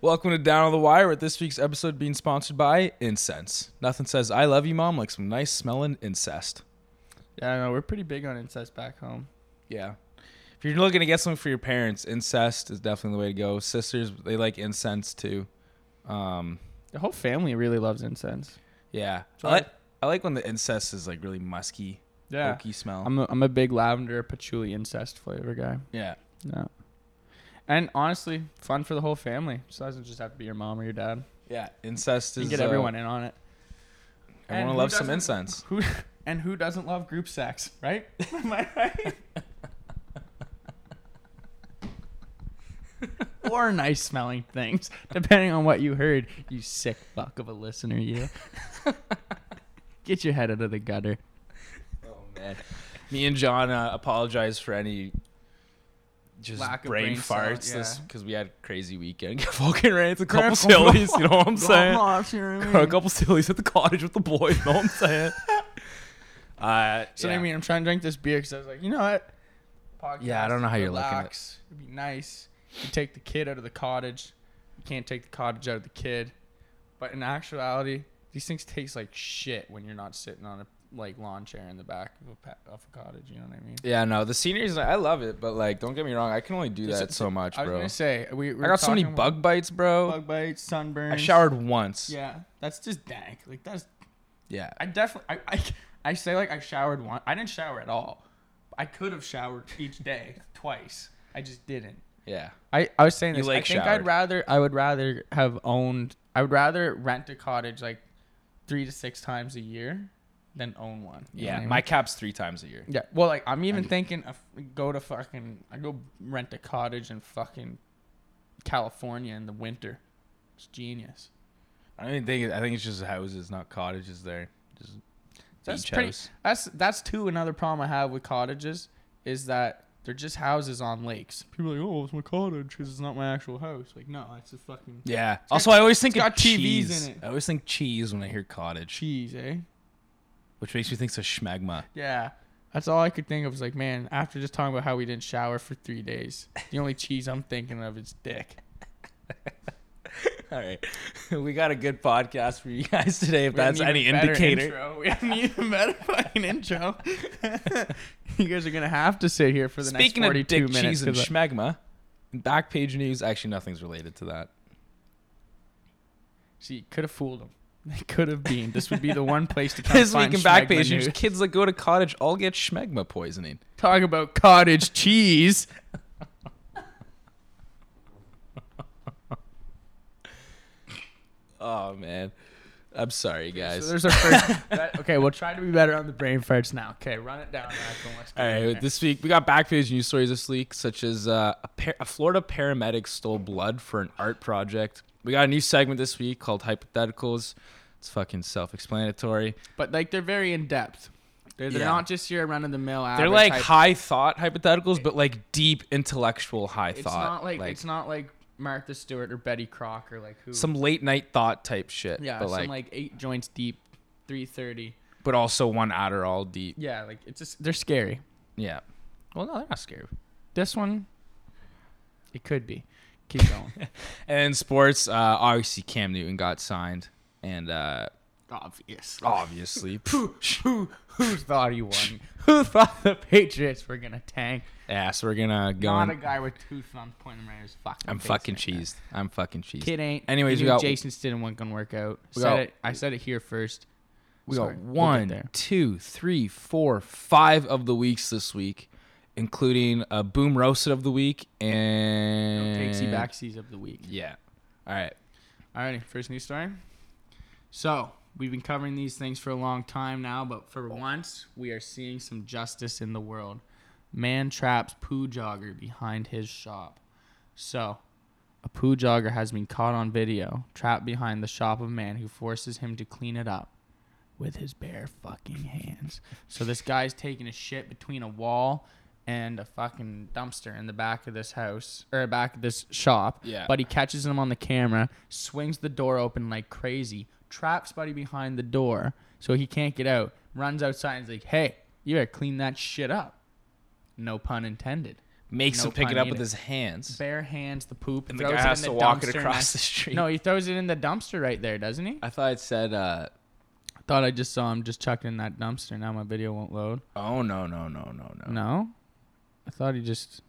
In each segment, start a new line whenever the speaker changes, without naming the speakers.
Welcome to Down on the Wire with this week's episode being sponsored by Incense. Nothing says I love you, Mom, like some nice smelling incest.
Yeah, I know. We're pretty big on incest back home.
Yeah. If you're looking to get something for your parents, incest is definitely the way to go. Sisters, they like incense too. Um,
The whole family really loves incense.
yeah. I
Sorry.
like, I like when the incest is like really musky,
Yeah.
oaky smell.
I'm a, I'm a big lavender patchouli incest flavor guy.
yeah.
Yeah. And honestly, fun for the whole family. So doesn't just have to be your mom or your dad.
Yeah. Incest
You
is.
can get
uh,
everyone in on it. And
Everyone
who
loves some
doesn't?
incense.
Who and who doesn't love group sex, right? Am I right? or nice smelling things, depending on what you heard, you sick fuck of a listener, you. Get your head out of the gutter.
Oh, man. Me and John uh, apologize for any. Just
Lack of
brain,
brain cell,
farts this
yeah.
because we had a crazy weekend. Fucking ran into a couple
Crap, I'm
sillies, you know what I'm saying? a
So
couple sillies at the cottage with the boys. Know what I'm saying? uh, yeah.
I mean, I'm trying to drink this beer because I was like, you know what? Podcast,
Yeah, I don't know how you're looking at-
relax, It'd be nice. You take the kid out of the cottage. You can't take the cottage out of the kid. But in actuality, these things taste like shit when you're not sitting on a like lawn chair in the back of a, pa- of a cottage. You know what I mean?
yeah, no, the scenery's I love it, but like, don't get me wrong, I can only do
There's
that
a-
so much,
I was
bro.
gonna say we. we
I
were
got so many
talking about
bug bites, bro.
bug bites, sunburn.
I showered once. Yeah,
Yeah, that's just dank. Like that's
yeah,
I definitely, I, I, I say like I showered once. I didn't shower at all. I could have showered each day twice. I just didn't. I, I was saying
You
this. I
like
think
showered.
I'd rather I would rather have owned. I would rather rent a cottage like three to six times a year than own one. You know what I mean?
My cap's three times a year.
yeah. Well, like I'm even thinking of go to fucking I go rent a cottage in fucking California in the winter. It's genius.
I don't even think. It, I think it's just houses, not cottages. There, just
That's
beach
pretty.
house.
That's that's too another problem I have with cottages is that they're just houses on lakes. People are like, oh, it's my cottage because it's not my actual house. Like, no, it's a fucking
Yeah.
got-
Also, I always think
it's
of
got TVs
cheese.
in it.
I always think cheese when I hear cottage,
cheese, eh?
which makes me think of schmagma.
Yeah, that's all I could think of. Was like, man, after just talking about how we didn't shower for three days, the only cheese I'm thinking of is dick.
All right, we got a good podcast for you guys today. If
We
that's
have an
any
even better
indicator.
intro. We have an even better fucking intro. you guys are gonna have to sit here for the
Speaking
next
of
42
dick
minutes.
cheese and
'cause I-
schmegma, back page news. Actually, nothing's related to that.
See, could have fooled them. They could have been. This would be the one place to come
This
find
week in back
Schmegma
page
news.
news, kids that go to cottage all get schmegma poisoning.
Talk about cottage cheese.
Oh man, I'm sorry guys.
So there's our first. that- okay, we'll try to be better on the brain farts now. Okay, run it down. Michael. Let's get
all
in
right,
there.
this week we got back page news stories this week, such as uh, a, par- a Florida paramedic stole blood for an art project. We got a new segment this week called hypotheticals. It's fucking self-explanatory.
But like they're very in depth. They're, they're
Yeah.
not just your run of the mill.
They're like high thought hypotheticals, but like deep intellectual high
It's
thought.
not like, it's not like Martha Stewart or Betty Crocker. Like who?
some late night thought type shit.
yeah,
but
some
like,
like, eight joints deep, three thirty.
but also one Adderall deep.
Yeah, like it's just they're scary.
Yeah. Well, no, they're not scary.
This one, it could be. Keep going.
And in sports, uh, obviously Cam Newton got signed, and uh,
Obvious.
obviously,
who, who, who thought he won? who thought the Patriots were gonna tank?
yeah. So we're gonna go.
Not
on.
a guy with two thumbs pointing right at his fucking.
I'm
face
fucking
like that.
cheesed. I'm fucking cheesed.
Kid ain't.
Anyways,
you
we got-
Jason Stidham wasn't gonna work out.
We
said
got-
it. I said it here first.
We
Sorry,
got
we'll get
one,
there.
two, three, four, five of the weeks this week, including a boom roasted of the week and
Takesy backsies of the week.
Yeah. All right.
Alrighty, first news story. So we've been covering these things for a long time now, but for once we are seeing some justice in the world. Man traps poo jogger behind his shop. So a poo jogger has been caught on video, trapped behind the shop of man who forces him to clean it up with his bare fucking hands. So this guy's taking a shit between a wall and a fucking dumpster in the back of this house or back of this shop.
Yeah.
But he catches him on the camera, swings the door open like crazy, traps Buddy behind the door so he can't get out, runs outside and is like, Hey, you better clean that shit up. No pun intended.
makes
No
him pick
pun
it up with
needed.
his hands.
Bare hands, the poop,
And the
throws
guy
in
has to walk it
dumpster
across
next-
the street.
No, he throws it in the dumpster right there, doesn't he?
I thought it said, uh,
I thought I just saw him just chucking in that dumpster. Now my video won't load.
oh, no, no, no, no, no.
No, I thought he just.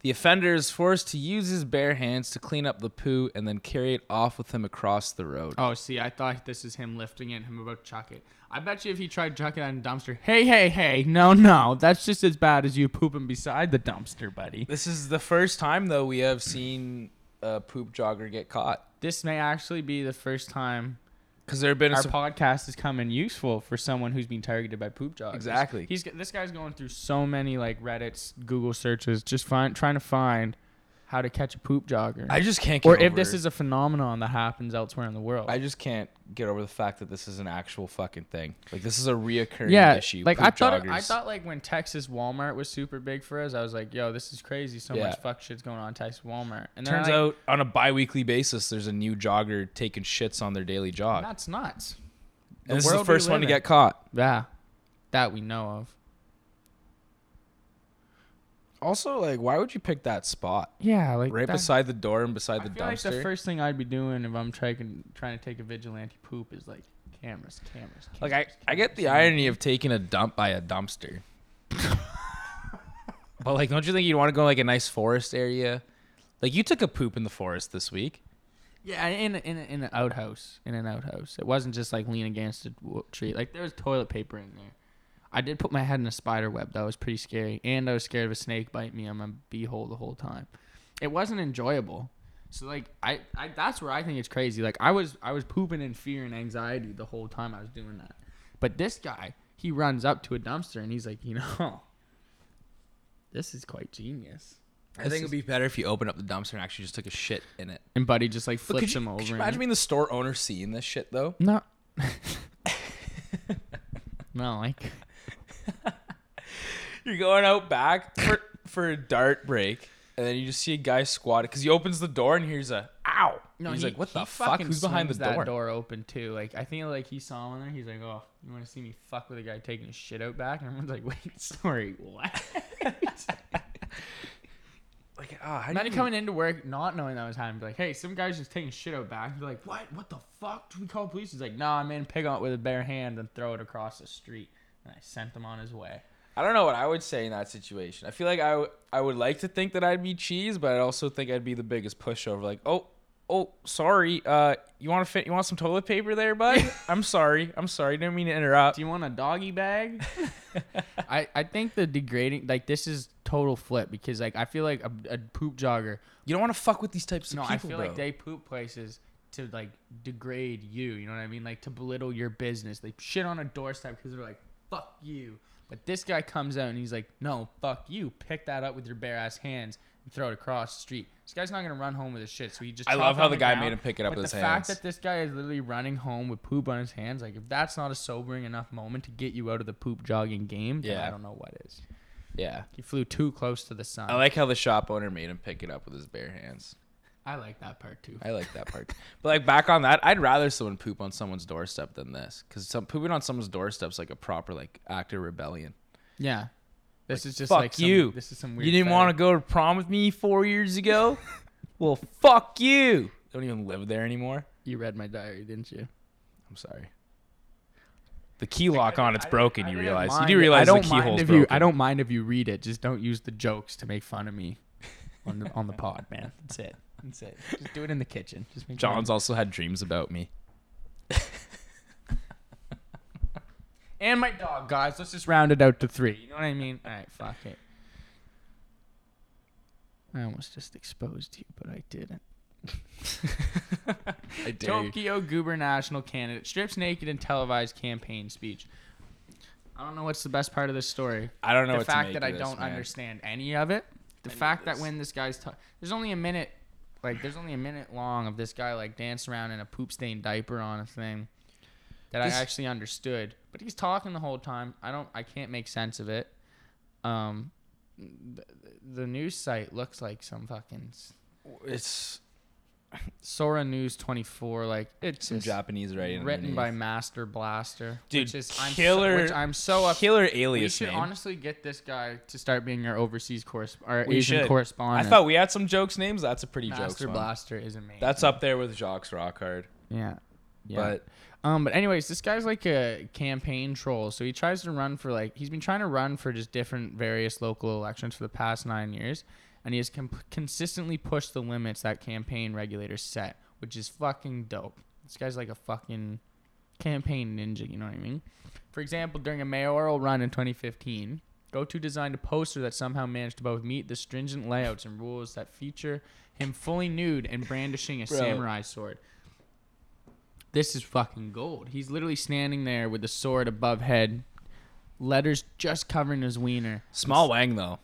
The offender is forced to use his bare hands to clean up the poo and then carry it off with him across the road.
Oh, see, I thought this is him lifting it. and Him about to chuck it. I bet you if he tried chucking it in the dumpster, hey, hey, hey, no, no, that's just as bad as you pooping beside the dumpster, buddy.
This is the first time, though, we have seen a poop jogger get caught.
This may actually be the first time
Because there have been a
our
sup-
podcast has come in useful for someone who's been targeted by poop joggers.
Exactly.
He's this guy's going through so many like Reddit's, Google searches, just find trying to find how to catch a poop jogger,
I just can't get
or
over
if this is a phenomenon that happens elsewhere in the world.
I just can't get over the fact that this is an actual fucking thing. Like this is a reoccurring
yeah,
issue.
like I
poop
thought, it- I
joggers.
thought like when Texas Walmart was super big for us, I was like, "Yo, this is crazy! So
Yeah.
much fuck shit's going on in Texas Walmart." And then
Turns
I-
out on a bi-weekly basis, there's a new jogger taking shits on their daily jog.
that's nuts.
and this is the
world we
first one to
live in.
get caught.
Yeah, that we know of.
Also, like, why would you pick that spot
Yeah, like
right
that-
beside the door and beside
I
the
feel like the
dumpster? Like,
first thing I'd be doing if I'm trying trying to take a vigilante poop is like cameras, cameras. cameras
I, I get the irony of taking a dump by a dumpster, but like, don't you think you'd want to go like a nice forest area? Like, you took a poop in the forest this week.
yeah, in a- in a- in an outhouse, in an outhouse. It wasn't just like lean against a wo- tree. Like there was toilet paper in there. I did put my head in a spider web. That was pretty scary, and I was scared of a snake bite me on my beehole the whole time. It wasn't enjoyable. So like I, I that's where I think it's crazy. Like I was I was pooping in fear and anxiety the whole time I was doing that. But this guy, he runs up to a dumpster and he's like, you know, this is quite genius.
I
This
think
is-
it'd be better if you opened up the dumpster and actually just took a shit in it.
And Buddy just like
But
flips
could you,
him over.
could you
and-
imagine being the store owner seeing this shit though?
No. no, like
You're going out back for, for a dart break, and then you just see a guy squatting because he opens the door and hears a ow. No, he's
he-
like, "What
he
the fuck?
fucking
Who's behind the
swings that
door?"
door open too. Like I think like he saw one there. He's like, "Oh, you want to see me fuck with a guy taking his shit out back?" And everyone's like, "Wait, sorry, what?"
Like, ah, how do
Imagine
you-
coming into work not knowing that was happening. Be like, "Hey, some guy's just taking shit out back." You're like, "What? What the fuck? Do we call police?" He's like, "No, I'm in. Pick up with a bare hand and throw it across the street." And I sent him on his way.
I don't know what I would say in that situation. I feel like I w- I would like to think that I'd be cheese, but I also think I'd be the biggest pushover. Like, oh. Oh, sorry. Uh, you want to fit? You want some toilet paper there, bud? I'm sorry. I'm sorry. Didn't mean to interrupt.
Do you want a doggy bag? I, I think the degrading like this is total flip because like I feel like a, a poop jogger.
You don't want to fuck with these types of
No,
people.
I feel
bro.
like they poop places to like degrade you. You know what I mean? Like to belittle your business. They shit on a doorstep because they're like fuck you. But this guy comes out and he's like, no, fuck you. Pick that up with your bare ass hands and throw it across the street. This guy's not gonna run home with his shit. So he just.
I
chopped
love how
on
the guy
ground.
made him pick it up
But
with
the
his hands.
fact that this guy is literally running home with poop on his hands, like if that's not a sobering enough moment to get you out of the poop jogging game, then
Yeah.
I don't know what is.
yeah.
He flew too close to the sun.
I like how the shop owner made him pick it up with his bare hands.
I like that part too.
I like that part. but like back on that, I'd rather someone poop on someone's doorstep than this, because some pooping on someone's doorstep's like a proper like act of rebellion.
yeah, this is just
fuck
like some-
you.
This is some weird.
you didn't want to go to prom with me four years ago. well, fuck you. I don't even live there anymore.
to. You read my diary, didn't you?
I'm sorry. The key lock on it's broken. You realize? You do
Mind-
realize
I don't
the
mind
keyhole's
if you,
broken.
I don't mind if you read it. Just don't use the jokes to make fun of me on the on the pod, man. That's it. That's it. Just do it in the kitchen. Just make fun of me.
John's also had dreams about me.
and my dog, guys. Let's just round it out to three. You know what I mean? All right, fuck it. I almost just exposed you, but I didn't.
I dare you.
Tokyo gubernational candidate strips naked in televised campaign speech. I don't know what's the best part of this story.
I don't know
the
what to
fact
make
that
of
I
this,
don't
man.
understand any of it. The
Any of
fact that
this.
when this guy's ta- there's only a minute, like there's only a minute long of this guy like dancing around in a poop stained diaper on a thing that
This-
I actually understood. But he's talking the whole time. I don't. I can't make sense of it. Um, the, the news site looks like some fucking. s-
it's
Sora News 24, like it's
Some
just
Japanese writing.
written by
underneath.
Master Blaster,
Dude,
which is I'm
killer-
So, which I'm so up.
killer
We
alias
should
name.
honestly get this guy to start being our overseas corres- our
We
Asian
should.
correspondent.
I thought we had some jokes names. That's a pretty
Master
jokes one.
Blaster is amazing.
That's up there with Jacques Rockhard.
yeah, yeah.
But
Um, but anyways, this guy's like a campaign troll. So he tries to run for like he's been trying to run for just different various local elections for the past nine years, and he has com- consistently pushed the limits that campaign regulators set, which is fucking dope. This guy's like a fucking campaign ninja. You know what I mean? For example, during a mayoral run in 2015, GoTo designed a poster that somehow managed to both meet the stringent layouts and rules that feature him fully nude and brandishing a
Bro.
samurai sword. This is fucking gold. He's literally standing there with the sword above head, letters just covering his wiener.
small Wang though,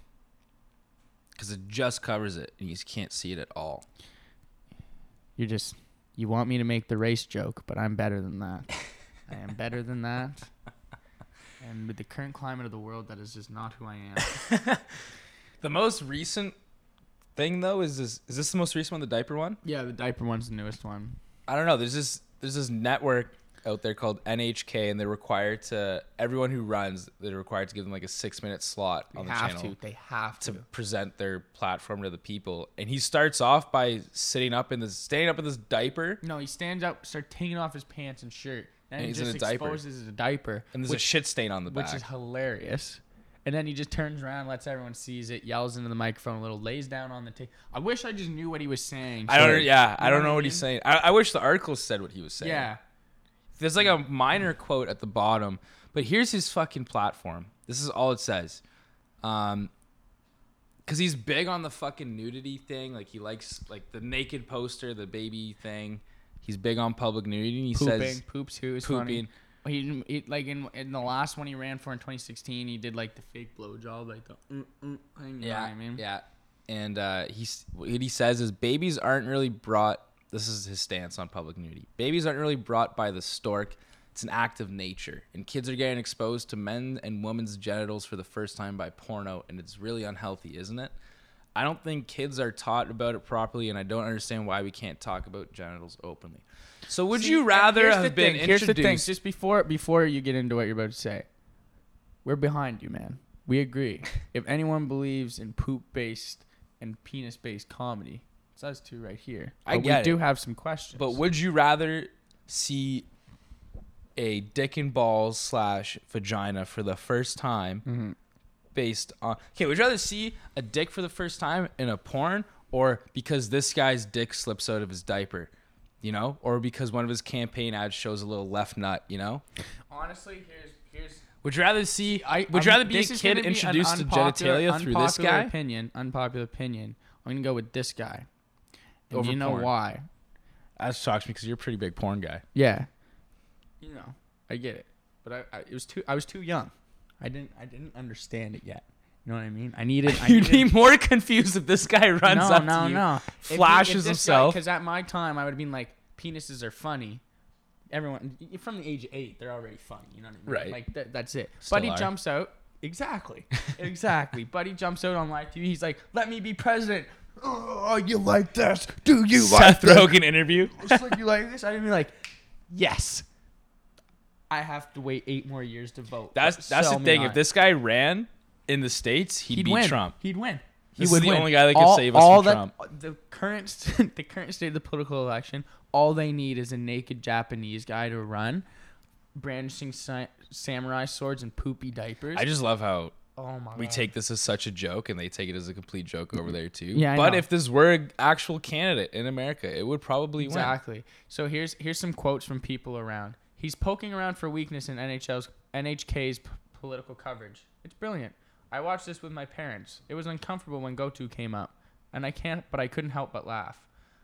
because it just covers it and you just can't see it at all.
You're just, you want me to make the race joke, but I'm better than that. I am better than that. And with the current climate of the world, that is just not who I am.
The most recent thing though is this. Is this the most recent one? The diaper one?
Yeah, the diaper one's the newest one.
I don't know. There's this there's this network out there called NHK, and they're required to everyone who runs they're required to give them like a six minute slot
They
on the
have
channel
to. They have to.
to present their platform to the people. And he starts off by sitting up in this standing up in this diaper,
No, he stands up, starts taking off his pants and shirt. Then
And
he
he's in
just
a diaper.
exposes a diaper,
and there's a
which,
shit stain on the
which
back.
is hilarious. And then he just turns around, lets everyone sees it, yells into the microphone a little, lays down on the table. I wish I just knew what he was saying.
I don't.
Sorry.
Yeah, I
You
don't know
I
what he's saying.
mean?
I, I wish the article said what he was saying.
Yeah.
There's like a minor quote at the bottom, but here's his fucking platform. This is all it says. Um cuz he's big on the fucking nudity thing, like he likes like the naked poster, the baby thing. He's big on public nudity. and He
Pooping,
says
poops who is funny.
pooping.
He, he like in in the last one he ran for in 2016, he did like the fake blowjob, like the mm, mm, thing. You know
Yeah.
what I mean?
Yeah. And uh he's what he says is babies aren't really brought this is his stance on public nudity. Babies aren't really brought by the stork. It's an act of nature. And kids are getting exposed to men and women's genitals for the first time by porno and it's really unhealthy, isn't it? I don't think kids are taught about it properly and I don't understand why we can't talk about genitals openly. So would
See,
you
and
rather
here's
have
the
been
thing,
introduced
Here's the thing. Just before before you get into what you're about to say, we're behind you, man. We agree. if anyone believes in poop based and penis based comedy, it's us two right here.
I
But we
get
do
it.
have some questions.
But would you rather see a dick and balls slash vagina for the first time
Mm-hmm.
based on. Okay, would you rather see a dick for the first time in a porn or because this guy's dick slips out of his diaper? You know, or because one of his campaign ads shows a little left nut, you know?
honestly, here's here's.
Would you rather see
I
would you
I'm-
rather be a
this is
kid
gonna be an
introduced to
unpopular-
genitalia through this
unpopular
guy?
Opinion, unpopular opinion. I'm gonna go with this guy. And
Over
you know
porn.
why?
That shocks me because you're a pretty big porn guy.
Yeah. You know, I get it, but I, I it was too I was too young. I didn't I didn't understand it yet. You know what I mean? I needed. I
You'd
needed
be more confused if this guy runs
no,
up
no,
to you,
no.
flashes himself.
Because at my time, I would have been like, penises are funny. Everyone y- from the age of eight, they're already funny. You know what I
Right.
mean? Like that, that's it.
Still
Buddy
are.
jumps out. Exactly. exactly. Buddy jumps out on live TV. He's like, "Let me be president." Oh, you like this? Do you like
Seth
this?
Rogen interview.
It's like you like this. I didn't mean like, yes. I have to wait eight more years to vote.
That's that's
Sell
the
me
thing.
on
If
it.
this guy ran in the states, he'd, beat
win.
Trump.
He'd win. He
This is
would
the
win.
only guy that could
all,
save us
all
from
that,
Trump.
The current st- the current state of the political election. All they need is a naked Japanese guy to run, brandishing si- samurai swords and poopy diapers.
I just love how
oh my
we
god.
take this as such a joke, and they take it as a complete joke over there too.
Yeah, I
but
know.
if this were an actual candidate in America, it would probably
Exactly. So here's here's some quotes from people around. He's poking around for weakness in NHL's NHK's p- political coverage. It's brilliant. I watched this with my parents. It was uncomfortable when GoTo came up, and I can't, but I couldn't help but laugh.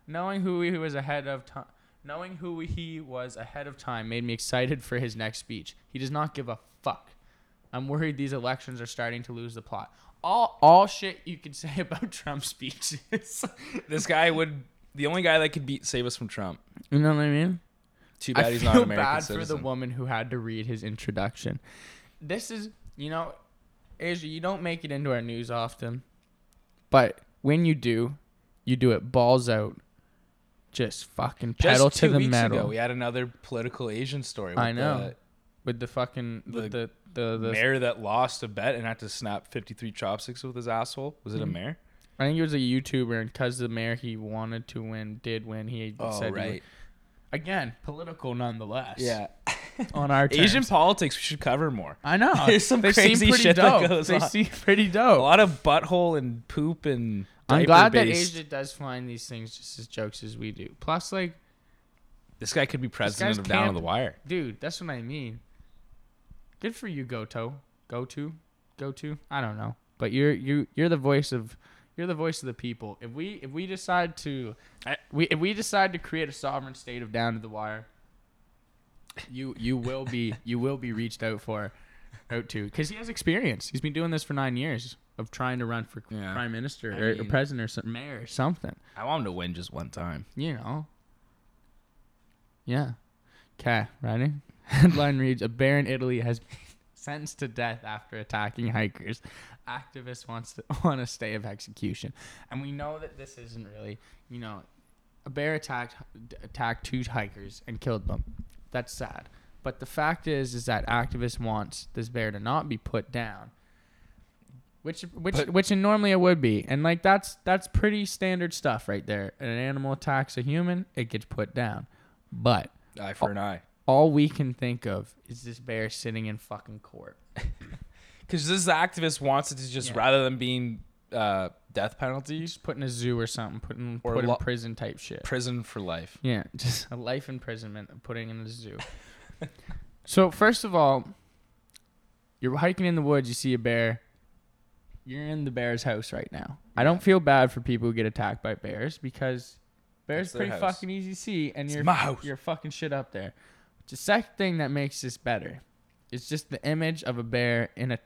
Knowing who he was ahead of time, knowing who he was ahead of time, made me excited for his next speech. He does not give a fuck. I'm worried these elections are starting to lose the plot. All all shit you could say about Trump's speeches.
win. This guy would the only guy that could beat save us from Trump.
you know what I mean?
Too bad
I
he's
feel
not an American
bad
citizen.
for the woman who had to read his introduction. This is, you know, Asia, you don't make it into our news often, but when you do, you do it balls out, just fucking
Just
pedal
two
to the
weeks
metal
ago, we had another political Asian story. With
I know.
the-
with the fucking with the the, the,
mayor that lost a bet and had to snap 53 chopsticks with his asshole. Was it
Mm-hmm.
a mayor?
I think it was a YouTuber, and because the mayor he wanted to win did win, he
Oh,
said he would- again political nonetheless.
Yeah.
on our terms.
Asian politics, we should cover more.
I know.
There's some
they seem
crazy
pretty
shit that
dope.
goes
they
on.
seem pretty
A
dope.
lot of butthole and poop and.
Oh. I'm glad that
diaper-based-
Asia does find these things just as jokes as we do. Plus, like,
This guy could be president of
guy's
Down on
camp.
the Wire.
dude, that's what I mean. Good for you, Goto. Go to, go to. I don't know, but you're you you're the voice of you're the voice of the people. If we if we decide to I, we if we decide to create a sovereign state of down to the wire, you you will be you will be reached out for, out to because he has experience. He's been doing this for nine years of trying to run for
Yeah.
prime minister
I
or, or
mean-
president or some, mayor or something
I want him to win just one time.
you know. Yeah. Okay, ready? Headline reads A bear in Italy has been sentenced to death after attacking hikers. Activist wants to want a stay of execution. And we know that this isn't really, you know, a bear attacked attacked two hikers and killed them. That's sad. But the fact is is that activists wants this bear to not be put down. Which which
But-
which normally it would be. And like that's that's pretty standard stuff right there. An animal attacks a human, it gets put down. But
Eye for an eye.
all we can think of is this bear sitting in fucking court.
Because this activist wants it to just
Yeah.
rather than being uh, death penalty,
Just put in a zoo or something, put in,
Or
put in
lo-
prison type shit.
prison for life.
Yeah, just a life imprisonment of putting in a zoo. so first of all, you're hiking in the woods, you see a bear. You're in the bear's house right now. I don't feel bad for people who get attacked by bears because bears
That's their
pretty
house.
fucking easy to see, and
It's
you're
my house.
you're fucking shit up there. The second thing that makes this better is just the image of a bear in a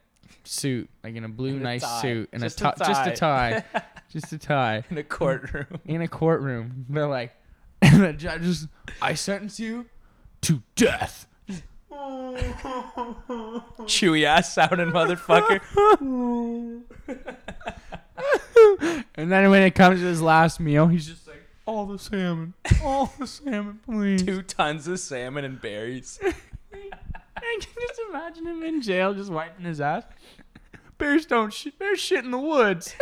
suit, like in a blue
And a
nice
tie.
suit, and
Just
a,
a
ti- just a tie, just a tie
In a courtroom.
in a courtroom. They're like, and the judge is, I sentence you to death.
Chewy ass sounding motherfucker.
And then when it comes to his last meal, he's just like, all the salmon, all the salmon, please.
Two tons of salmon and berries.
I can just imagine him in jail, just wiping his ass. Bears don't shit. Bears shit in the woods.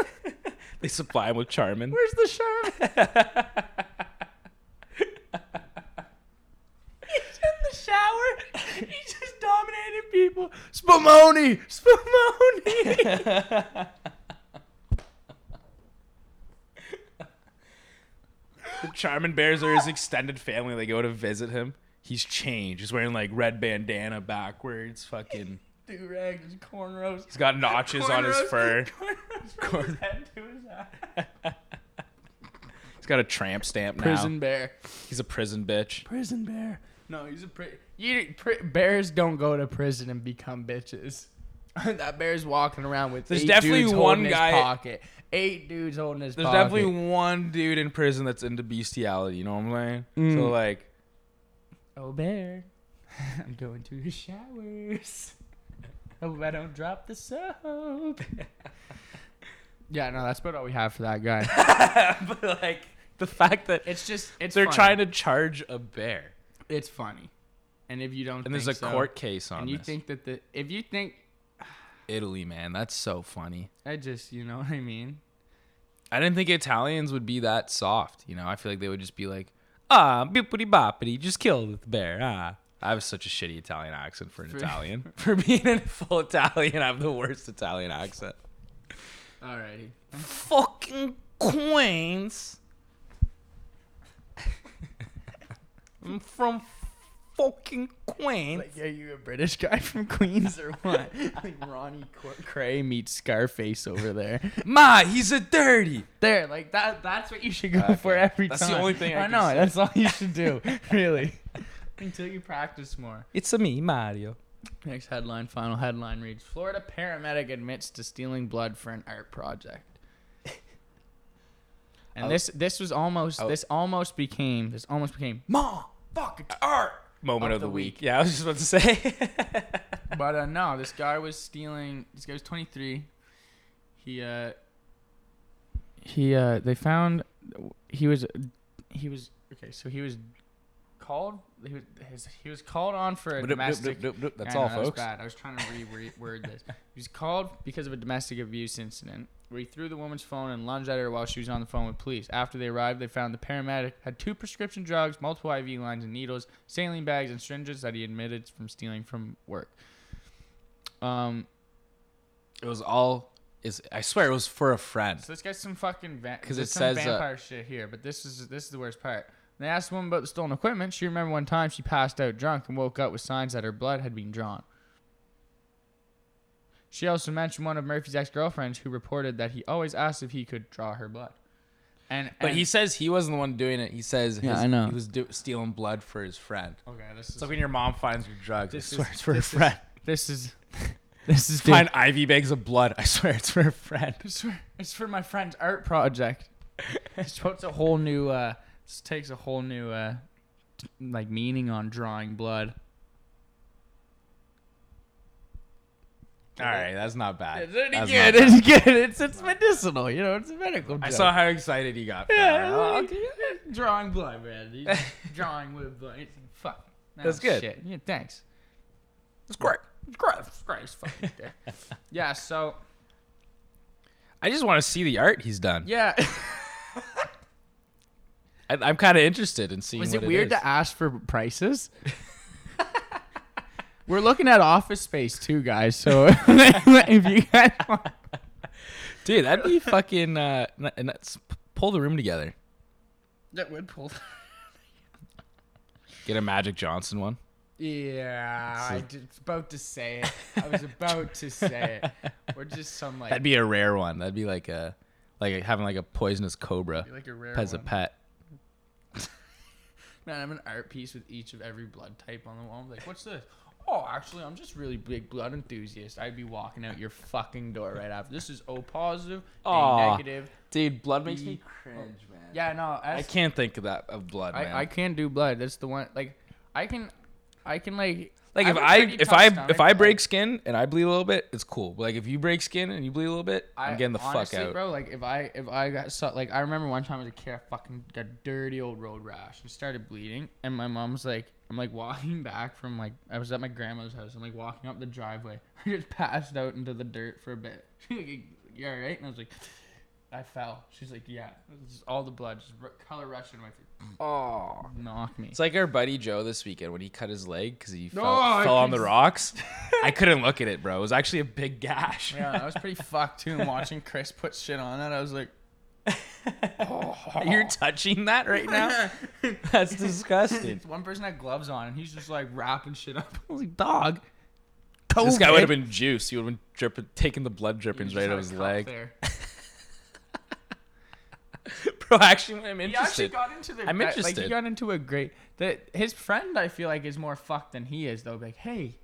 They supply him with Charmin.
Where's the Charmin? he's in the shower. He's just dominating people. Spumoni, Spumoni.
The Charmin bears are his extended family. They go to visit him. He's changed. He's wearing like red bandana backwards. Fucking.
do rag and cornrows.
He's got notches on his fur.
Corn.
Corn- He's got a tramp stamp now.
Prison bear.
He's a prison bitch.
Prison bear. No, he's a pri- you, pri- bears don't go to prison and become bitches. that bear's walking around with
There's
eight
definitely
dudes
one
holding his
guy-
pocket. Eight dudes holding his
There's
pocket.
definitely one dude in prison that's into bestiality. You know what I'm saying?
Mm.
So like,
Oh bear, I'm going to the showers. Hope I don't drop the soap. yeah, no, that's about all we have for that guy.
but like the fact that
It's just it's
they're
funny.
trying to charge a bear,
It's funny, and if you don't,
and there's a
think so-
court case on
and you
this.
think that the if you think
Italy, man, that's so funny.
I just you know what I mean.
I didn't think Italians would be that soft. You know, I feel like they would just be like, ah, bippity boppity, just kill the bear. Ah, I have such a shitty Italian accent for an
For-
Italian. for being a full Italian, I have the worst Italian accent.
Alrighty.
Fucking Queens. I'm from fucking Queens.
Like, are you a British guy from Queens or what? like Ronnie Cor- Cray meets Scarface over there.
Ma, he's a dirty.
there, like that. That's what you should go
Okay.
for every
That's
time.
the only thing I can
know.
say.
That's all you should do, really. Until you practice more.
It's a me, Mario.
Next headline, final headline reads Florida paramedic admits to stealing blood for an art project. And
Oh.
this this was almost
Oh.
this almost became this almost became
Ma, fuck art. Moment
Of
of,
the
the, week. Yeah, I was just about to say.
but uh, no, this guy was stealing. This guy was 23. He uh. He uh. They found he was he was Okay, so he was called. He was his, he was called on for a
Bloop, bloop,
domestic.
bloop, bloop, bloop. That's
I know,
all,
that was
folks.
bad. I was trying to reword this. He was called because of a domestic abuse incident where he threw the woman's phone and lunged at her while she was on the phone with police. After they arrived, they found the paramedic had two prescription drugs, multiple IV lines and needles, saline bags, and syringes that he admitted from stealing from work. Um,
It was all. Is I swear it was for a friend.
So let's get some fucking va-
'Cause
there's
it
some
says, uh,
vampire shit here, but this is this is the worst part. They asked the woman about the stolen equipment. She remembered one time she passed out drunk and woke up with signs that her blood had been drawn. She also mentioned one of Murphy's ex-girlfriends who reported that he always asked if he could draw her blood. And
But
and-
he says he wasn't the one doing it. He says
Yeah,
his-
I know.
he was do- stealing blood for his friend.
okay. This is
It's like when your mom finds your drugs.
This
I swear
is-
it's for a
this is-
friend.
this is this is
Find Ivy bags of blood. I swear it's for a friend.
It's for, it's for my friend's art project. It's puts a whole new, uh, this takes a whole new, uh, t- like meaning on drawing blood.
All right, that's not bad.
It's good.
That's not bad.
It's good. It's, it's medicinal. You know, it's a medical.
I
drug.
saw how excited you got. for
Yeah,
that. Oh, okay.
drawing blood, man. You- drawing with blood. It's- Fuck. No,
That's good.
Shit. Yeah, thanks.
It's great.
Christ, Christ, fucking dick. yeah. So
I just want to see the art he's done.
yeah.
I, I'm kind of interested in seeing.
Was
what
it weird
is.
to ask for prices? We're looking at office space too, guys. So if you guys want,
dude? That'd be fucking. Uh, n- and that's pull the room together.
that would pull.
Get a Magic Johnson one.
Yeah, I was about to say it. I was about to say it. We're just some like
That'd be a rare one. That'd be like a, like having like a poisonous cobra
be like a rare
as a
one.
pet.
Man, I'm an art piece with each of every blood type on the wall. I'm like, what's this? Oh, actually, I'm just really big blood enthusiast. I'd be walking out your fucking door right after. This is O positive, A
Aw.
negative.
Dude, blood makes
me Oh,
cringe, man.
Yeah, no,
I
that's-
can't think of that of blood, man.
I, I can do blood. That's the one. Like, I can, I can like.
like
I
if
have a
I
pretty
if
tough
I
stomach,
if I
but,
break skin and I bleed a little bit, it's cool. But like if you break skin and you bleed a little bit,
like,
I'm getting the
honestly,
fuck out.
bro. Like if I if I got so, like I remember one time as a kid, I fucking got a dirty old road rash and started bleeding, and my mom's like. I'm like walking back from like I was at my grandma's house. I'm like walking up the driveway. I just passed out into the dirt for a bit. She's like, "You all right?" And I was like, "I fell." She's like, "Yeah." It was just all the blood, just r- color rushed into my face.
Oh.
Knock me.
It's like our buddy Joe this weekend when he cut his leg because he fell,
Oh, I
fell on
could-
the rocks. I couldn't look at it, bro. It was actually a big gash.
Yeah, I was pretty fucked too. And watching Chris put shit on that, I was like,
You're touching that right now? That's disgusting.
one person had gloves on, and he's just like wrapping shit up. I was like, dog. COVID.
This guy would have been juice. He would have been dripping, taking the blood
He
drippings
just
right
had
out
a
of his
cup
leg.
There.
Bro, actually, I'm
He actually
interested.
got into the.
I'm
that- Like he
interested.
got into a great. That his friend, I feel like, is more fucked than he is though. Like, hey,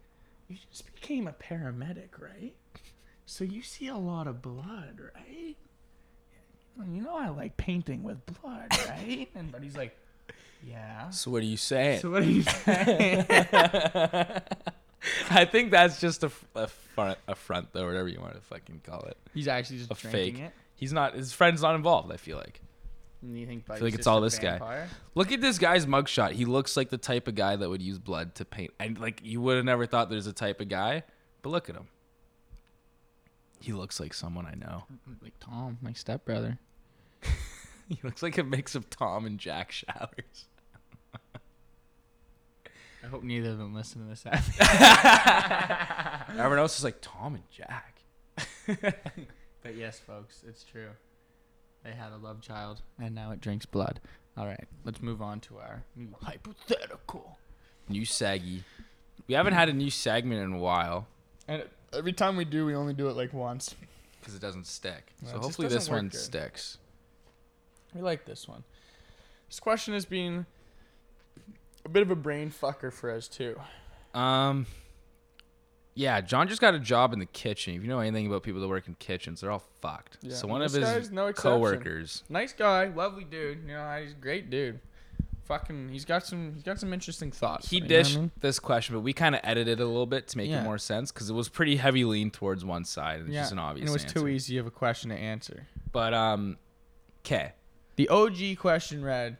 you just became a paramedic, right? So you see a lot of blood, right? You know I like painting with blood, right? and but he's like, yeah.
So what are you saying?
So what are you saying?
I think that's just a, f- a front, a front though, whatever you want to fucking call it.
He's actually just
A
drinking
fake.
it.
He's not. His friend's not involved. I feel like.
And you think, I
feel like it's all this guy. Look at this guy's mugshot. He looks like the type of guy that would use blood to paint. And like you would have never thought there's a type of guy, but look at him. He looks like someone I know.
Like Tom, my stepbrother.
He looks like a mix of Tom and Jack Showers.
I hope neither of them listen to this. after.
Everyone else is like Tom and Jack.
but yes, folks, it's true. They had a love child, and now it drinks blood. All right, let's move on to our new hypothetical.
New saggy. We haven't had a new segment in a while
And every time we do, we only do it like once.
because it doesn't stick.
No, it
so
just
hopefully
doesn't
this
work
one
good.
sticks.
We like this one. This question has been a bit of a brain fucker for us too.
Um. Yeah, John just got a job in the kitchen. If you know anything about people that work in kitchens, they're all fucked.
Yeah,
so one of
this
his
guy's no exception.
coworkers
Nice guy, lovely dude. You know, he's a great dude. Fucking, he's got some, he's got some interesting thoughts.
he
you know what I
dished
mean?
this question, but we kind of edited it a little bit to make
Yeah.
it more sense because it was pretty heavy lean towards one side. and It's just an obvious.
And it was
answer.
too easy of a question to answer.
But um, okay,
The OG question read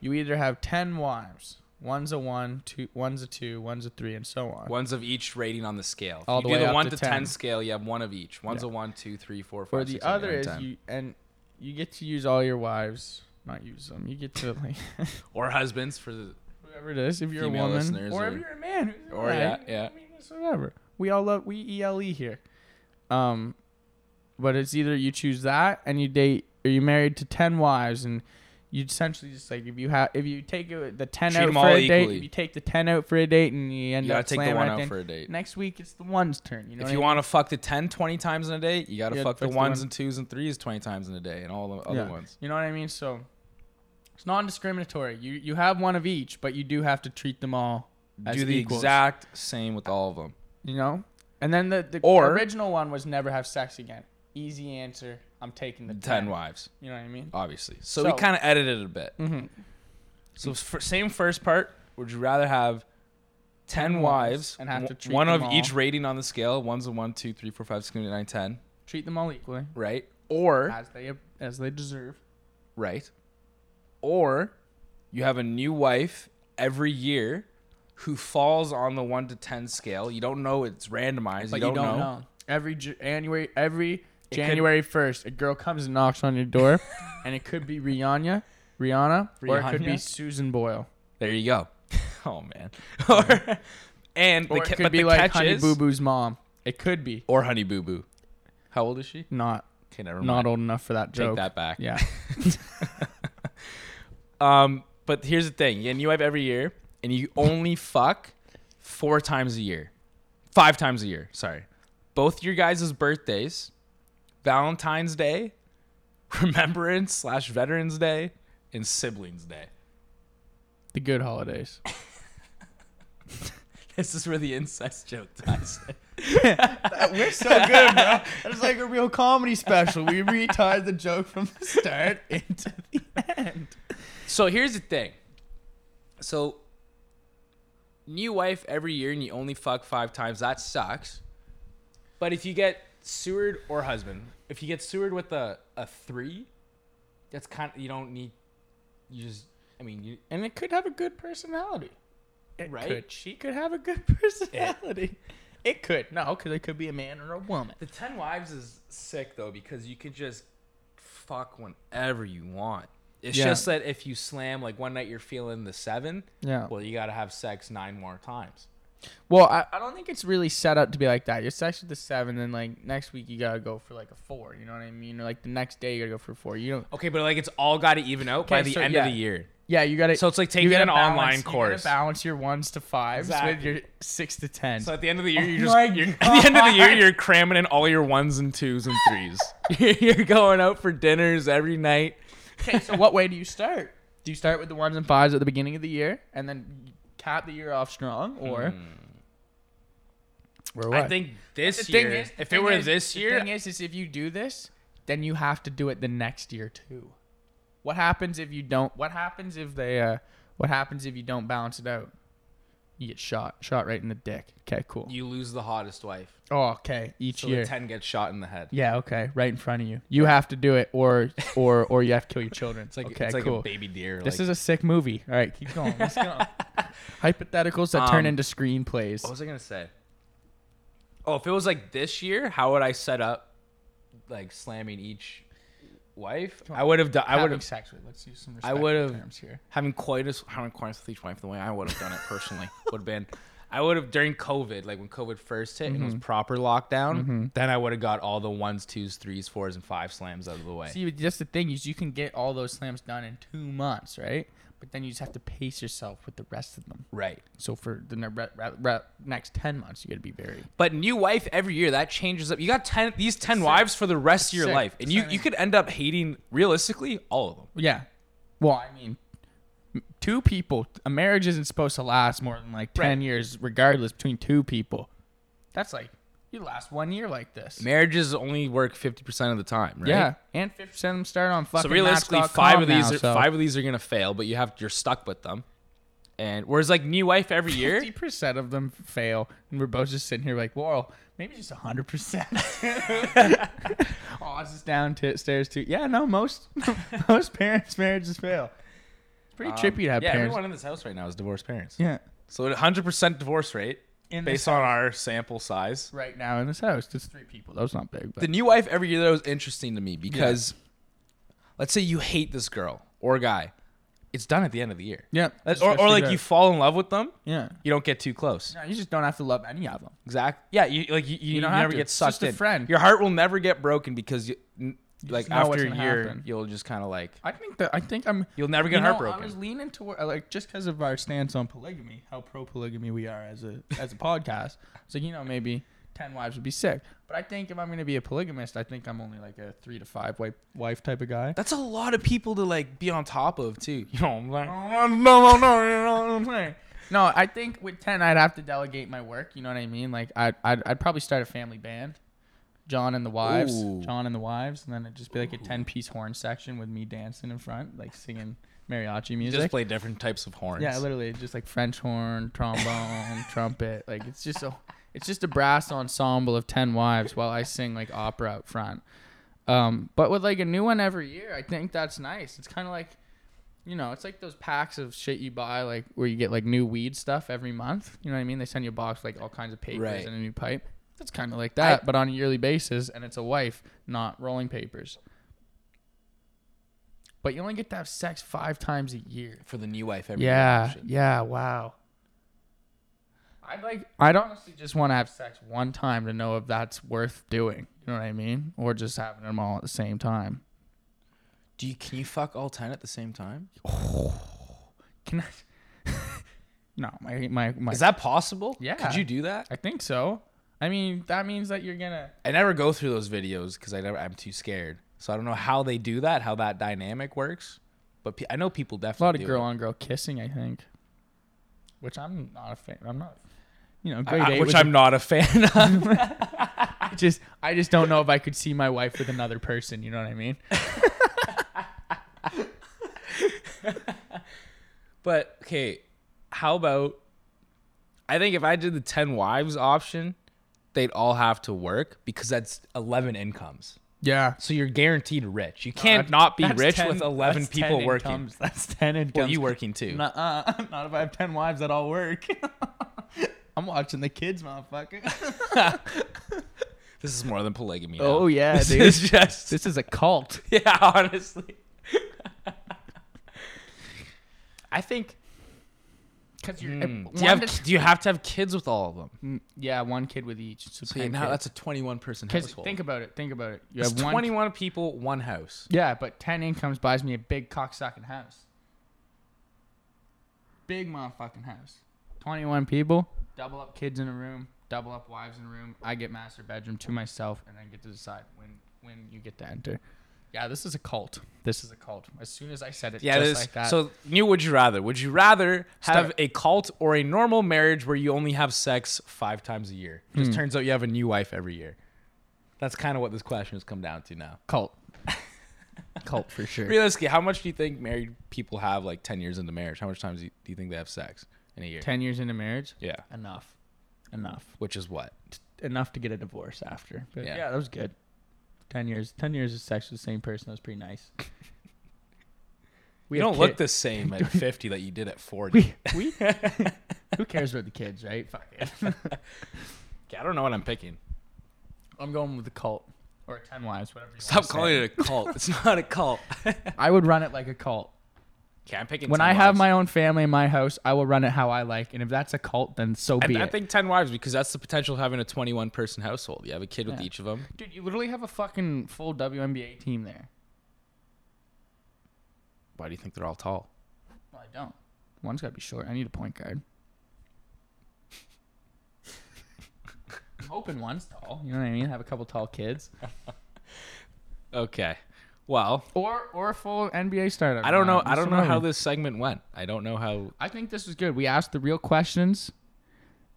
You either have ten wives. One's a one, two, one's a two, one's a three, and so on.
Ones of each rating on the scale. If
All
you
the
do
way
the
up
one
to
to, 10.
10.
scale, you have one of each. One's
Yeah.
a one, two, three, four, five.
Or the
six, seven,
other
eight, nine,
is
10.
you and you get to use all your wives, not use them. You get to like
or husbands for the
whoever it is, if you're
Female
a woman
listeners
or
or-
if you're a man, who's
or,
alright,
yeah, yeah.
I mean, it's whatever. We all love we ele here. Um, but it's either you choose that and you date or you married to ten wives and you essentially just like if you have if you take it- the ten
Treat
out
'em
for
all
a date,
equally.
if you take the ten out for a date and you end
you gotta
up
take the
slamming
one
it
out
then,
for a date.
Next week it's the one's turn. You know
If
what
you
I
want to fuck the 10 20 times in a day, you got to
Yeah,
fuck the
fuck the
ones
one-
and twos and threes 20 times in a day and all the other
Yeah.
ones.
You know what I mean? So it's non-discriminatory. You you have one of each, but you do have to treat them all as
do the
equals,
exact same with all of them.
You know. And then the, the
Or-
original one was never have sex again. Easy answer. I'm taking the
10
ten.
wives,
You know what I mean?
obviously. So,
So-
we kind of edited it a bit.
Mm-hmm.
So, for, same first part, would you rather have 10,
10 wives
wives
and have
one-
to treat
one
them
of each
all-
rating on the scale? One's a 1, 2, 3, 4, 5, 6, 7, 8, 9, 10,
Treat them all equally
right? Or,
as they as they deserve.
right? Or you have a new wife every year who falls on the 1 to 10 scale. You don't know, it's randomized.
But
you don't, know.
Every Ju- January every
could-
January first, a girl comes and knocks on your door, and it could be Rihanna, Rihanna, or it could be
Rihanna?
Susan Boyle.
There you go. oh man. Or, and
Or
the, ca-
it could
but
be
the
like
catch
Honey
is,
Boo Boo's mom. It could be
or Honey Boo Boo. How old is she?
not
Okay, never
not
mind.
old enough for that
Take
joke.
that back.
Yeah.
Um, but here's the thing: and you have every year, and you only fuck four times a year, five times a year. Sorry, both your guys' birthdays, Valentine's Day, Remembrance slash Veterans Day, and Siblings Day.
the good holidays.
This is where the incest joke dies.
We're so good, bro. That is like a real comedy special. We retied the joke from the start into the end.
So here's the thing. So new wife every year and you only fuck five times, that sucks. But if you get Seward or husband, if you get Seward with a, a three, that's kind of you don't need you just I mean you
And it could have a good personality. It
Right?
could. She could have a good personality. It could. No, because it could be a man or a woman.
the ten wives is sick though because you can just fuck whenever you want. It's
Yeah.
just that if you slam like one night you're feeling the seven,
Yeah.
well you gotta have sex nine more times.
Well, I, I don't think it's really set up to be like that. You're sex with the seven, then like next week you gotta go for like a four. You know what I mean? Or like the next day you gotta go for four. You don't.
Okay, but like it's all gotta even out by
Okay,
the
so,
end
yeah.
of the year.
Yeah, you gotta.
So it's like
you
taking
gotta
an
balance-
online
you gotta
course.
balance your ones to fives with
Exactly.
your six to ten.
So at the end of the year, you're just
Oh my
you're, at the end of the year
God.
you're cramming in all your ones and twos and threes. you're going out for dinners every night.
okay, so what way do you start? Do you start with the ones and fives at the beginning of the year and then cap the year off strong, or? Or
Hmm. I think this year,
the
if it
thing
were
is-
this
the
year,
thing is, is if you do this, then you have to do it the next year too. What happens if you don't? What happens if they? Uh, what happens if you don't balance it out? You get shot, shot right in the dick. Okay, cool.
you lose the hottest wife.
oh, okay, each
So
year.
the ten gets shot in the head.
yeah, okay, right in front of you. You have to do it, or or or you have to kill your children.
It's like
okay,
it's like
cool.
a baby deer.
This
like,
is a sick movie. All right, keep going. Let's go. Hypotheticals that
Um,
turn into screenplays.
what was I gonna say? Oh, if it was like this year, how would I set up like slamming each wife? I would have done. I would have
sex with. Let's use some.
I would've-
terms here.
having coitus having coitus with each wife the way I would have done it personally would have been I would have during COVID, like when COVID first hit and it was
Mm-hmm.
proper lockdown, then I would have got all the ones, twos, threes, fours, and five slams out of the way.
See, but just the thing is, you can get all those slams done in two months, right? But then you just have to pace yourself with the rest of them.
right.
So for the ne- re- re- re- next ten months, you got to be very.
But new wife every year, that changes up. You got ten these ten wives for the rest of your
Sick.
life. And you,
Sick.
you could end up hating realistically all of them.
Yeah. Well, I mean, m- two people. A marriage isn't supposed to last more than like ten
Right.
years, regardless between two people. That's like you last one year like this.
Marriages only work fifty percent of the time, right?
Yeah, and fifty percent of them start on fucking.
So realistically,
Match.com
five of these
now,
are
so.
five of these are gonna fail, but you have you're stuck with them. And whereas like new wife every year,
Fifty percent of them fail, and we're both just sitting here like, "Well, maybe just hundred percent." Oh, it's just downstairs too. Yeah, no, most most parents' marriages fail. It's Pretty
Um,
trippy to have
yeah,
parents.
everyone in this house right now is divorced parents.
Yeah.
So at 100% divorce rate
In
based on our sample size.
right now in this house, there's three people. That's not big. But
The new wife every year that was interesting to me because let's say you hate this girl or guy. It's done at the end of the year.
yeah.
Let- Or, or like you fall in love with them,
Yeah.
you don't get too close.
you just don't have to love any of them.
Exactly. Yeah, you like you, you,
You don't have
never
to.
get
It's
sucked
just a
in.
friend.
Your heart will never get broken because you, n- like
just know what's
after a
gonna
year
happen.
you'll just kind of like
I think that I think I'm.
you'll never get
you know,
heartbroken.
I was leaning toward like just because of our stance on polygamy, how pro polygamy we are as a as a podcast. So you know maybe ten wives would be sick, but I think if I'm gonna be a polygamist, I think I'm only like a three to five wife wife type of guy.
That's a lot of people to like be on top of too. You know, I'm like
no, no, no, no, no. No, I think with ten, I'd have to delegate my work. You know what I mean? Like, I'd I'd, I'd probably start a family band, John and the Wives,
Ooh.
John and the Wives, and then it'd just be like a ten-piece horn section with me dancing in front, like singing mariachi
you
music.
just play different types of horns.
yeah, literally, just like French horn, trombone, trumpet. Like, it's just a it's just a brass ensemble of ten wives while I sing like opera out front. Um, but with like a new one every year, I think that's nice. It's kind of like you know, it's like those packs of shit you buy, like where you get like new weed stuff every month. You know what I mean? They send you a box with, like all kinds of papers
Right.
and a new pipe. It's kind of like that, but on a yearly basis, and it's a wife, not rolling papers. But you only get to have sex five times a year.
for the new wife every
Yeah,
generation.
yeah, wow. I'd like, I'd honestly just want to have sex one time to know if that's worth doing. You know what I mean? Or just having them all at the same time.
Do you can you fuck all ten at the same time?
Can I? no, my my my.
Is that possible?
Yeah.
Could you do that?
I think so. I mean, that means that you're gonna.
I never go through those videos because I never I'm too scared. So I don't know how they do that, how that dynamic works. But pe- I know people
A lot
definitely
of
do
girl on girl kissing, I think. Which I'm not a fan. I'm not. You know,
it. I-
grade
I-
eight
which
was
I'm
a-
not a fan of.
I just, I just don't know if I could see my wife with another person. You know what I mean?
But okay, how about I think if I did the 10 wives option, they'd all have to work because that's 11 incomes.
Yeah.
So you're guaranteed rich. You can't not be rich with 11 people working.
That's ten incomes.
Well, you working too.
Nuh uh. Not if I have ten wives that all work. I'm watching the kids, motherfucker.
This is more than polygamy. now.
Oh yeah,
this
dude.
is just
this is a cult.
yeah, honestly.
I think. Cause you're,
Mm. Hmm. Do you have do you have to have kids with all of them?
yeah, one kid with each. So,
So yeah,
10
now
kids.
that's a 21 person
Because
household.
think about it. Think about it. You
It's
have one.
21 people, one house.
yeah, but ten incomes buys me a big cocksucking house. Big motherfucking house. Twenty-one people. Double up kids in a room. Double up wives in a room. I get master bedroom to myself, and then get to decide when when you get to enter. Yeah, this is a cult. This is a cult. As soon as I said it,
Yeah,
just
this,
like that.
so new would you rather? Would you rather have
Start.
a cult or a normal marriage where you only have sex five times a year?
Hmm.
Just turns out you have a new wife every year. That's kind of what this question has come down to now.
cult. cult for sure.
Realistically, how much do you think married people have like 10 years into marriage? How much times do you, do you think they have sex in a year?
Ten years into marriage.
Yeah.
Enough. Enough.
Which is what?
enough to get a divorce after. But
Yeah.
yeah. that was good. Ten years. Ten years of sex with the same person. That was pretty nice.
We
have
don't look
kid-
the same at 50 that you did at 40.
We, we who cares about the kids, right? Fuck it.
Okay, I don't know what I'm picking.
I'm going with the cult or ten wives, whatever. You
Stop calling it a cult. It's not a cult. okay,
I would run it like a cult.
I'm picking
When
10
I have
wives.
my own family in my house, I will run it how I like, and if that's a cult, then so
I,
be
I
it.
think 10 wives because that's the potential of having a 21 person household. You have a kid with
Yeah.
each of them.
Dude, you literally have a fucking full WNBA team there.
Why do you think they're all tall?
Well, I don't. One's got to be short. I need a point guard. I'm hoping one's tall. You know what I mean? Have a couple tall kids.
Okay. Well,
Or or a full NBA starter.
I don't know. I don't know how this segment went. I don't know how.
I think this was good. We asked the real questions,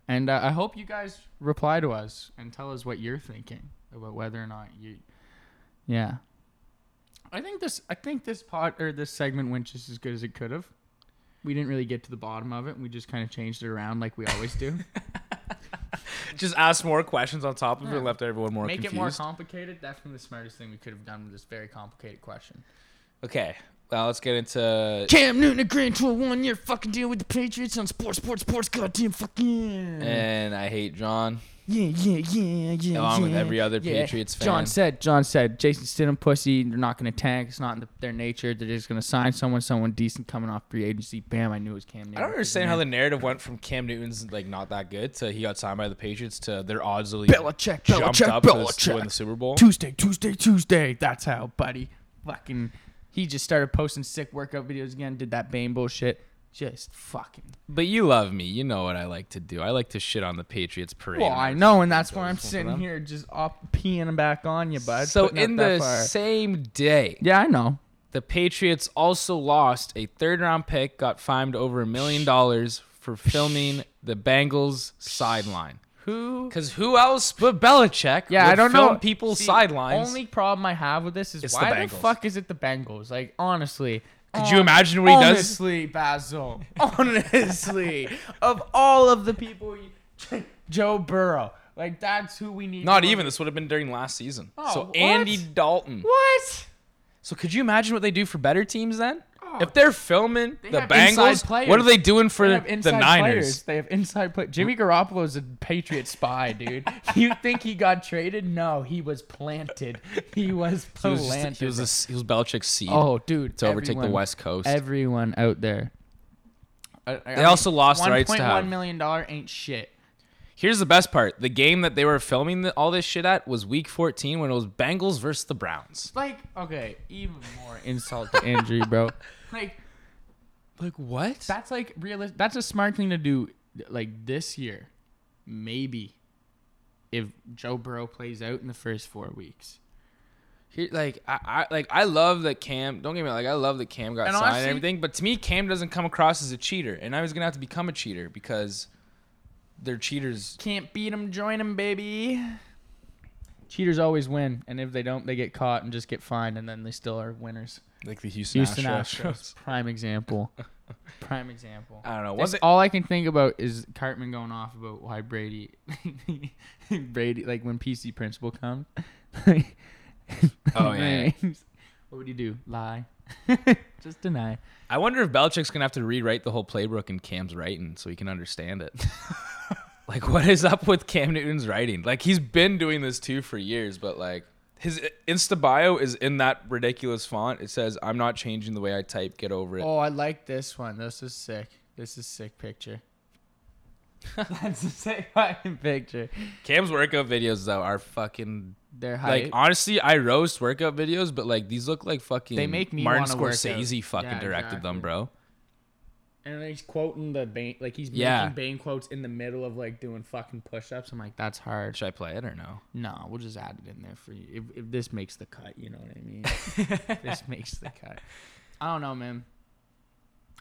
and uh, I hope you guys reply to us and tell us what you're thinking about whether or not you. Yeah. I think this. I think this pod or this segment went just as good as it could have. We didn't really get to the bottom of it. We just kind of changed it around like we always do.
Just ask more questions on top of it. Left everyone more
Make
confused.
it more complicated. Definitely the smartest thing we could have done with this very complicated question.
okay. Now let's get into
Cam Newton agreeing to a one-year fucking deal with the Patriots on sports, sports, sports. Goddamn fucking.
and I hate John.
yeah, yeah, yeah, yeah.
Along with
yeah,
every other Patriots fan.
John said, John said, Jason Stidham, pussy. They're not going to tank. It's not in their nature. They're just going to sign someone, someone decent coming off free agency. Bam! I knew it was Cam Newton.
I don't understand how the narrative went from Cam Newton's like not that good to he got signed by the Patriots to their odds really
Belichick,
jumped
Belichick,
up to the- to
Belichick.
win the Super Bowl.
Tuesday, Tuesday, Tuesday. That's how, buddy. Fucking. He just started posting sick workout videos again. Did that Bane bullshit. Just fucking.
But you love me. You know what I like to do. I like to shit on the Patriots parade.
Well,
and
I
everything
know, and
that
that's why
goes
I'm
on for
sitting
them.
here just off peeing back on you, bud.
So
putting up
in
that
the
fire.
same day,
yeah, I know.
the Patriots also lost a third round pick, got fined over a million dollars for filming the Bengals sideline.
Who?
Because who else but Belichick?
Yeah,
would
I don't
film
know.
People's
See,
sidelines.
Only problem I have with this is
It's the
why the,
Bengals.
fuck is it the Bengals? Like honestly,
Could you imagine
Oh,
what he does?
Honestly, Basil. Honestly, of all of the people, you- Joe Burrow. Like that's who we need.
Not
to-
even. This would have been during last season.
Oh,
so
what?
Andy Dalton.
What?
So could you imagine what they do for better teams then?
Oh.
if they're filming the
have inside
Bengals, what are
players.
they doing for
They have
the
inside players.
Niners?
They have inside play. Jimmy Garoppolo is a Patriot spy, dude. you think he got traded? No, he was planted. He was
He
planted.
was, just, he, was a, he was Belichick's seed
oh, dude.
to overtake the
everyone-
West Coast.
Everyone out there.
they also lost the rights to have.
$1.1 million dollar ain't shit.
Here's the best part: the game that they were filming the, all this shit at was Week 14 when it was Bengals versus the Browns.
Like, okay, even more insult to injury, bro. Like,
Like what?
that's like realistic. That's a smart thing to do. Like this year, maybe if Joe Burrow plays out in the first four weeks.
Here, like I, I like I love that Cam. Don't get me wrong, like I love that Cam got
And
signed
honestly-
and everything, but to me Cam doesn't come across as a cheater, and I was gonna have to become a cheater because they're cheaters.
Can't beat 'em, join 'em, baby. Cheaters always win, and if they don't, they get caught and just get fined, and then they still are winners.
Like the Houston,
Houston Astros, prime example. Prime example.
I don't know.
That's
Uh, Was it?
all I can think about is Cartman going off about why Brady, Brady, like when PC Principal comes.
Oh, yeah.
What would you do? Lie. Just deny.
I wonder if Belichick's gonna have to rewrite the whole playbook in Cam's writing so he can understand it. like, what is up with Cam Newton's writing? Like, he's been doing this too for years, but like his Insta bio is in that ridiculous font. It says, "I'm not changing the way I type. Get over it."
Oh, I like this one. This is sick. This is sick picture. That's a sick fucking picture.
Cam's workout videos though are fucking
They're
Like uh,
hype.
honestly, I roast workout videos, but like these look like fucking.
They make me
Martin
wanna work out.
Scorsese fucking
Yeah,
directed them,
exactly.
bro.
and then he's quoting the Bane, like he's
Yeah.
making Bane quotes in the middle of like doing fucking push-ups. I'm like, that's hard.
Should I play it or no?
No, we'll just add it in there for you. If, if this makes the cut, you know what I mean. this makes the cut. I don't know, man.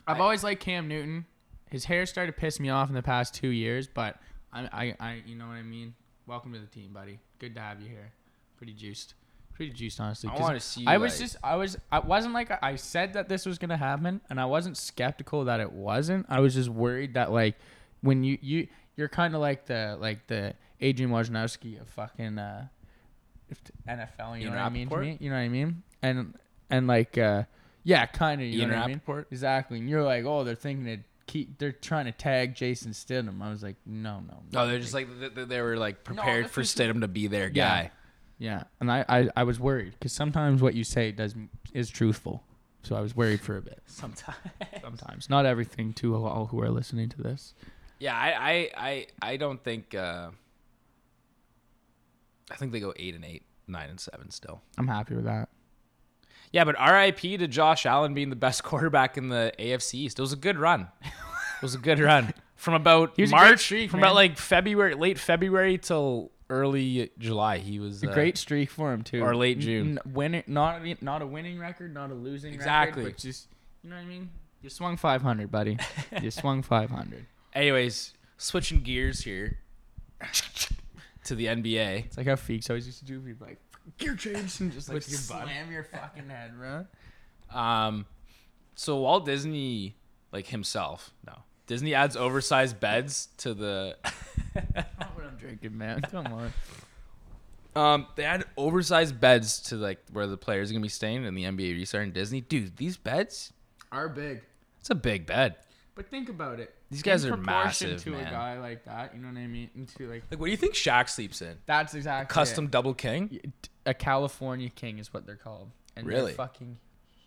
I've always liked Cam Newton. His hair started pissing me off in the past two years, but I, I, I you know what I mean. Welcome to the team, buddy. Good to have you here. Pretty juiced. Pretty juiced, honestly.
I
'cause
wanna see,
I was
like-
just. I was. I wasn't like. I said that this was gonna happen, and I wasn't skeptical that it wasn't. I was just worried that like, when you you you're kind of like the like the Adrian Wojnarowski of fucking uh, NFL. You know what I mean? To
Rappaport?
me? You know what I mean? And and like uh, yeah, kind of. You
Ian
know what I mean?
Rappaport?
Exactly. And you're like, oh, they're thinking to keep. They're trying to tag Jason Stidham. I was like, no, no,
No, Oh, they're just like they, they were like prepared
this
for
is-
Stidham to be their
Yeah.
guy.
Yeah, and I, I, I was worried because sometimes what you say does is truthful. So I was worried for a bit.
Sometimes.
Sometimes, not everything to all who are listening to this.
Yeah, I, I, I, I don't think. uh I think they go eight and eight, nine and seven still.
I'm happy with that.
Yeah, but R.I.P. to Josh Allen being the best quarterback in the AFC East. It was a good run. It was a good run from about
was a great
March,
streak,
from
man.
about like February, late February till early July. He was
A
uh,
great streak for him too.
or late June.
N- winning, not a- not a winning record, not a losing
Exactly.
record. Exactly. Just you know what I mean. You swung 500, buddy. you swung 500.
Anyways, switching gears here to the NBA.
It's like how Feeks always used to do. He'd be like gear change and just like
With your butt.
slam your fucking head, bro.
Um, so Walt Disney, like himself, no, Disney adds oversized beds to the
Not what I'm drinking, man. Come on.
Um, they had oversized beds to like where the players are gonna be staying in the NBA restart in Disney. Dude, these beds,
Are big.
it's a big bed.
But think about it.
These guys
In
are
proportion
massive,
to a
man.
guy like that. You know what I mean? Into like
Like, what do you think Shaq sleeps in?
that's exactly
Custom double king.
it. A California king is what they're called, and
Really?
they're fucking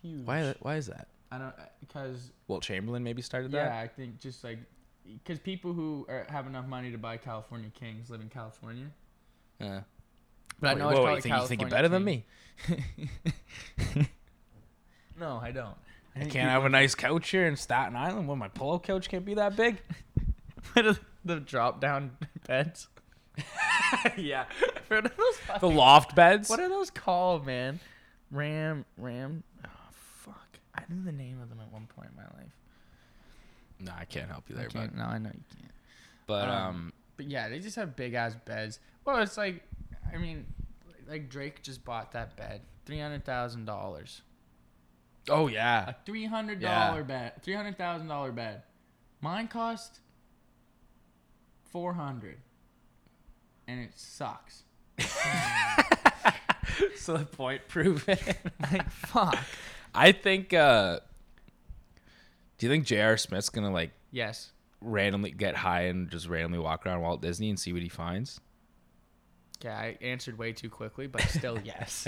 huge.
Why? Why is that?
I don't because
Wilt Chamberlain maybe started that.
yeah, I think just like because people who are, have enough money to buy California kings live in California.
Yeah.
But
Wait,
I know it's
whoa, wait,
probably
you think you think it better
California
than
king.
me?
No, I don't.
I can't have a nice couch here in Staten Island. Well, my pillow couch can't be that big.
have the drop down beds.
yeah.
What are those fucking-
The loft beds.
What are those called, man? Ram, Ram. Oh, fuck. I knew the name of them at one point in my life.
no, I can't help you
I
there, but
can't- no, I know you can't.
but
Um,
um,
But yeah, they just have big ass beds. Well, it's like, I mean, like Drake just bought that bed, three hundred thousand dollars.
oh yeah,
A three hundred dollar
Yeah.
bed, three hundred thousand dollar bed. Mine cost four hundred, and it sucks.
so the point proven.
Like fuck.
I think. uh Do you think J.R. Smith's gonna like
Yes.
randomly get high and just randomly walk around Walt Disney and see what he finds?
Okay, I answered way too quickly, but still yes.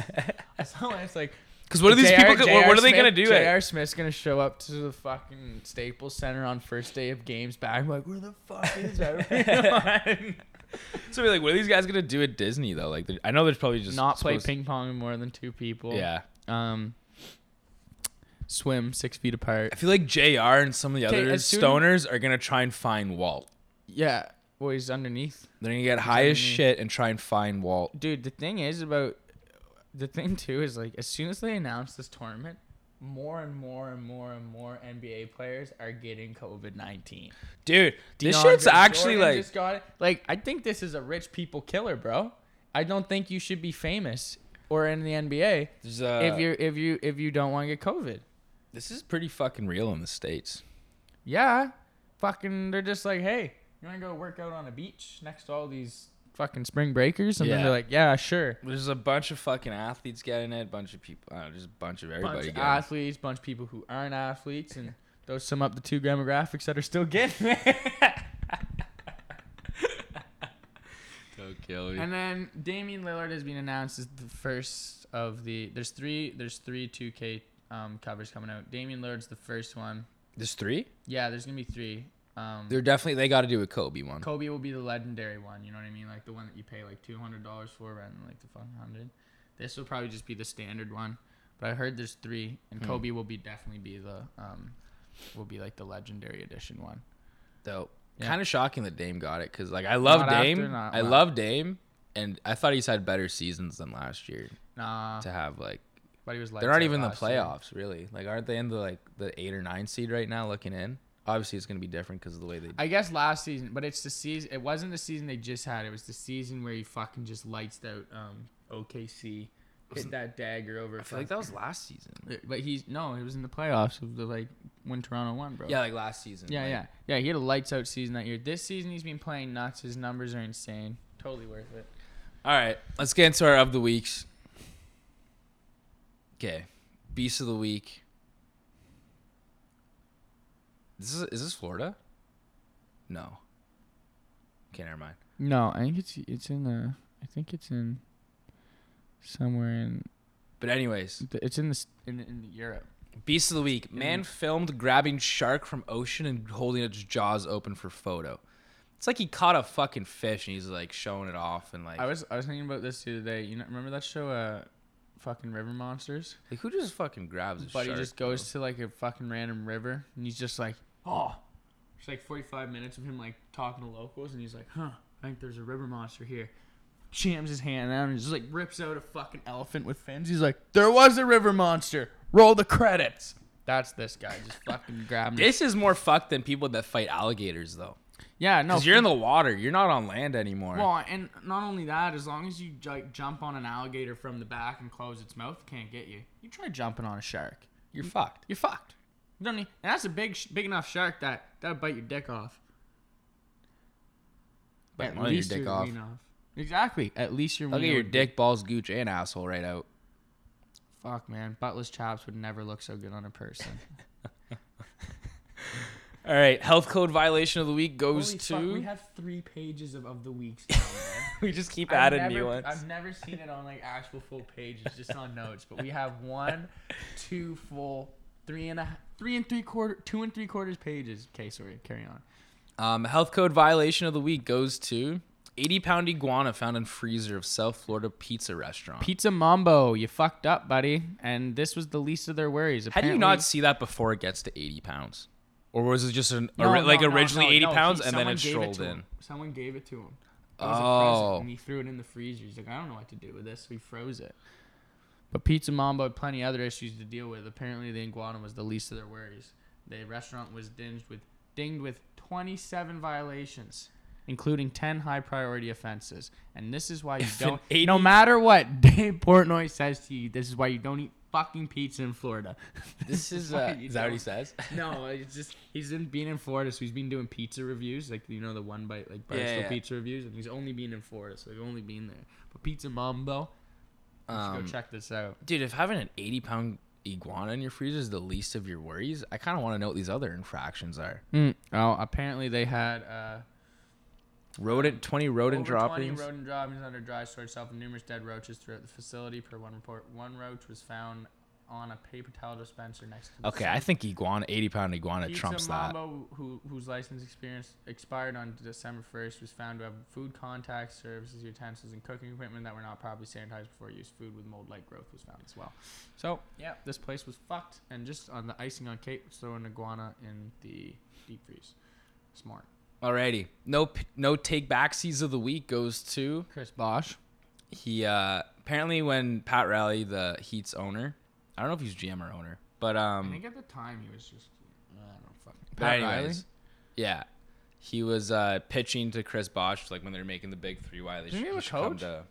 so it's like,
Because what are these
JR
people? go- what,
JR
what are they gonna
Smith-
do?
J.R. Smith's gonna show up to the fucking Staples Center on first day of games back. I'm like, where the fuck is everyone?
So we're like, what are these guys gonna do at Disney though? Like, they're- I know there's probably just
Not play
supposed-
ping pong with more than two people.
Yeah,
Um, swim six feet apart.
I feel like Jr. and some of the
Okay,
other
as soon-
stoners are gonna try and find Walt.
Yeah. Well, he's underneath.
They're gonna get high as
Underneath.
shit and try and find Walt.
Dude, the thing is about the thing too is like as soon as they announce this tournament, more and more and more and more NBA players are getting COVID nineteen.
Dude, this
DeAndre
shit's actually
Jordan
like
just got it. like I think this is a rich people killer, bro. I don't think you should be famous or in the NBA
there's, uh,
if you if you if you don't want to get COVID.
this is pretty fucking real in the states.
Yeah, fucking, they're just like, hey, you want to go work out on a beach next to all these fucking spring breakers, and then
Yeah.
they're like, yeah, sure.
There's a bunch of fucking athletes getting it, bunch of people, I don't know, just a bunch of everybody
Bunch of
getting it.
athletes, bunch of people who aren't athletes, and those sum up the two demographics that are still getting it.
Don't kill me.
And then Damian Lillard has been announced as the first of the. There's three. There's three 2K um, covers coming out. Damian Lillard's the first one.
There's three.
Yeah, there's gonna be three. Um,
They're definitely they got to do a Kobe one.
Kobe will be the legendary one. You know what I mean? Like the one that you pay like two hundred dollars for, rather than like the fucking hundred. This will probably just be the standard one. But I heard there's three,
Hmm.
and Kobe will be definitely be the um, will be like the legendary edition one.
Dope.
Yeah.
Kind of shocking that Dame got it because like I love
Not after,
Dame.
not
I
well.
love Dame, and I thought he's had better seasons than last year
Nah,
to have like.
but he was Uh-huh. like
They're not even in the playoffs, really. Like, aren't they in the like the eight or nine seed right now? Looking in, obviously it's gonna be different because of the way they.
I guess last season, but it's the season. It wasn't the season they just had. It was the season where he fucking just lights out um, OKC, hit that dagger over.
I feel like that was last season.
But he's no, it was in the playoffs of the like when Toronto won, bro.
Yeah, like last season.
yeah,
like,
yeah, yeah. He had a lights out season that year. This season he's been playing nuts. His numbers are insane. Totally worth it.
All right, let's get into our of the weeks. Okay, beast of the week. This is is this Florida? No. Okay, never mind.
No, I think it's it's in the. I think it's in somewhere in
But anyways,
it's in the in, in Europe.
beast of the week. Man filmed grabbing shark from ocean and holding its jaws open for photo. It's like he caught a fucking fish and he's like showing it off and like,
I was I was thinking about this the other day. You know, remember that show, uh, fucking River Monsters?
like who just fucking grabs a
But
shark?
he just goes to like a fucking random river and he's just like, oh. It's like 45 minutes of him like talking to locals and he's like, huh, I think there's a river monster here. Jams his hand out and just like rips out a fucking elephant with fins. He's like, there was a river monster. Roll the credits. That's this guy just fucking grabbing.
This is more fucked than people that fight alligators though.
yeah, no.
Because you're in the water. You're not on land anymore.
Well, and not only that, as long as you j- jump on an alligator from the back and close its mouth, it can't get you. You try jumping on a shark,
you're fucked.
you're fucked. You don't need, and that's a big, sh- big enough shark that that'll bite your dick off.
Bite one of your dick
your
off.
ween off. Exactly. At least your
Look at
wiener
your
would be-
dick, balls, gooch, and asshole right out.
Fuck, man. Buttless chaps would never look so good on a person.
All right, health code violation of the week goes
Holy
to.
fuck, we have three pages of, of the weeks.
we just keep
I've
adding
never,
new ones.
I've never seen it on like actual full pages, just on notes. But we have one, two full, three and a three and three quarter, two and three quarters pages. Okay, sorry. Carry on.
Um, health code violation of the week goes to 80 pound iguana found in freezer of South Florida pizza restaurant.
Pizza Mambo, you fucked up, buddy. And this was the least of their worries.
How do you
Apparently-
not see that before it gets to 80 pounds? Or was it just an
No,
ori-
no,
like
no,
originally
no,
80
no, he-
pounds and then
someone
it
gave
strolled
to
in?
him. Someone gave it to him. It was a
Oh.
present, and he threw it in the freezer. He's like, I don't know what to do with this. So he froze it. But Pizza Mambo had plenty other issues to deal with. Apparently, the iguana was the least of their worries. The restaurant was dinged with dinged with 27 violations, including 10 high priority offenses. And this is why you
an
don't. No matter what Dave Portnoy says to you, this is why you don't eat fucking pizza in Florida.
This is,
why
uh,
you
is that what he
don't-
says?
no, it's just he's in being in Florida, so he's been doing pizza reviews, like you know the one bite like Barstool
yeah.
pizza reviews, and he's only been in Florida, so they've only been there. But Pizza Mambo, you should
Um,
go check this out.
Dude, if having an 80 pound iguana in your freezer is the least of your worries, I kind of want to know what these other infractions are.
Oh, apparently they had uh,
Rodent, 20 rodent
over 20
droppings.
rodent droppings under dry store itself, and numerous dead roaches throughout the facility. Per one report, one roach was found on a paper towel dispenser next to. The
okay, I think iguana, 80 pound iguana
Pizza
trumps that.
Mambo, who, whose license experience expired on December 1st, was found to have food contact services, utensils, and cooking equipment that were not properly sanitized before use. Food with mold-like growth was found as well. So, yeah, this place was fucked. And just on the icing on cake, was throw an iguana in the deep freeze. Smart.
Alrighty. No p- no take backsies of the week goes to
Chris Bosch.
he uh apparently when Pat Riley, the Heat's owner, I don't know if he's GM or owner, but
I
um
think at the time he was just. I don't fucking.
but anyways, yeah. He was uh pitching to Chris Bosch like when they were making the big three why they
Doesn't
should,
he have a
should come
coach?
to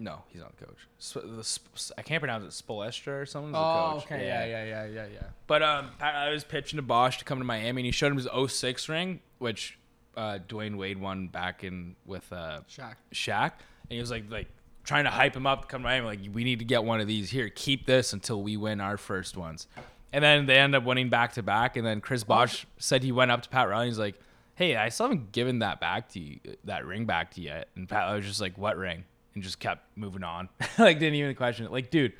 no, he's not the coach. Sp- the Sp- I can't pronounce it. Spolestra or something. is the
Oh,
coach.
okay. Yeah, yeah, yeah, yeah, yeah.
But um, Pat Riley was pitching to Bosch to come to Miami, and he showed him his 06 ring, which uh, Dwayne Wade won back in with uh,
Shaq.
Shaq, and he was like like trying to hype him up to come to Miami. Like we need to get one of these here. Keep this until we win our first ones. And then they end up winning back to back. And then Chris Bosch said he went up to Pat Riley. and He's like, "Hey, I still haven't given that back to you, that ring back to you." Yet. And Pat Riley was just like, "What ring?" And just kept moving on. like didn't even question it. Like, dude,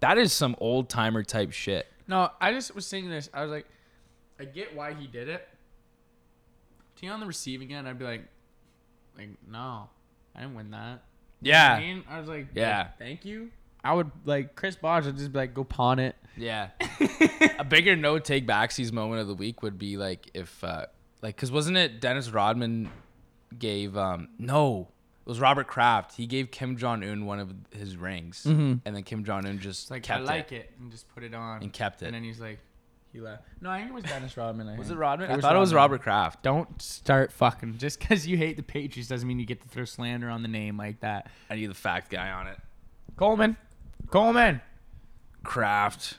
that is some old timer type shit.
No, I just was seeing this. I was like, I get why he did it. To you on the receiving end, I'd be like, like no, I didn't win that. I,
Yeah,
mean, I was like,
Yeah.
like, thank you. I would like Chris Bosh would just be like, go pawn it.
yeah. a bigger no take backsies moment of the week would be like if uh like because wasn't it Dennis Rodman gave um no it was Robert Kraft he gave Kim Jong Un one of his rings
Mm-hmm.
and then Kim Jong Un just
It's like
kept
I like it. and just put it on.
and kept it
And then he's like, he left. No, I think it was Dennis Rodman. I
was it
think.
Rodman I thought it was
Rodman.
Robert Kraft
Don't start fucking. Just because you hate the Patriots doesn't mean you get to throw slander on the name like that.
I need the fact guy on it
Coleman, Coleman.
Kraft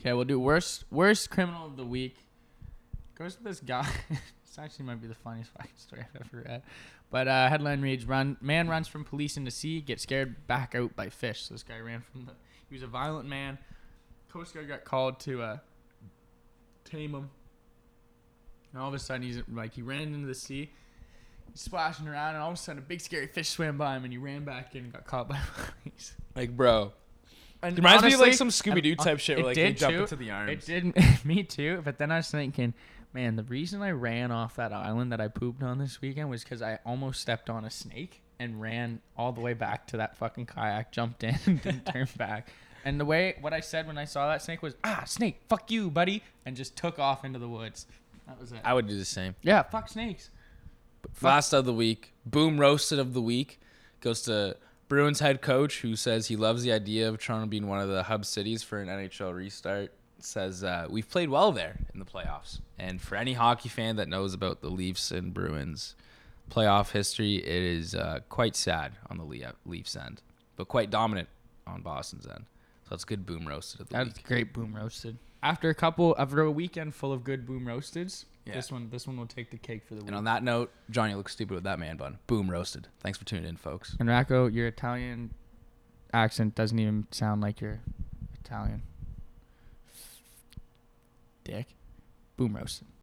Okay, we'll do worst worst criminal of the week. Goes to this guy. this actually might be the funniest fucking story I've ever read. But uh, headline reads: Run man runs from police into sea, gets scared, back out by fish. So this guy ran from the. He was a violent man. Coast Guard got called to uh, tame him. And all of a sudden, he's like he ran into the sea, he's splashing around, and all of a sudden, a big scary fish swam by him, and he ran back in and got caught by police.
like bro
And
It reminds me of, like,
honestly-
some Scooby-Doo
and, uh,
type shit where,
it
like, they
did
jump
too.
into the arms.
It did me too, but then I was thinking, man, the reason I ran off that island that I pooped on this weekend was because I almost stepped on a snake and ran all the way back to that fucking kayak, jumped in, and didn't turn back. And the way what I said when I saw that snake was, ah, snake, fuck you, buddy, and just took off into the woods. That was it.
I would do the same
yeah, fuck snakes.
Last of the week, boom roasted of the week goes to Bruins head coach who says he loves the idea of Toronto being one of the hub cities for an NHL restart. Says uh, we've played well there in the playoffs, and for any hockey fan that knows about the Leafs and Bruins playoff history, it is uh, quite sad on the Le- Leafs end, but quite dominant on Boston's end. So that's good boom roasted of the
That's
week.
great boom roasted. After a couple after a weekend full of good boom roasteds,
Yeah.
This one, this one will take the cake for the week.
And on that note, Johnny looks stupid with that man bun. Boom, roasted. Thanks for tuning in, folks.
And Rocco, your Italian accent doesn't even sound like you're Italian. Dick. Boom roasted.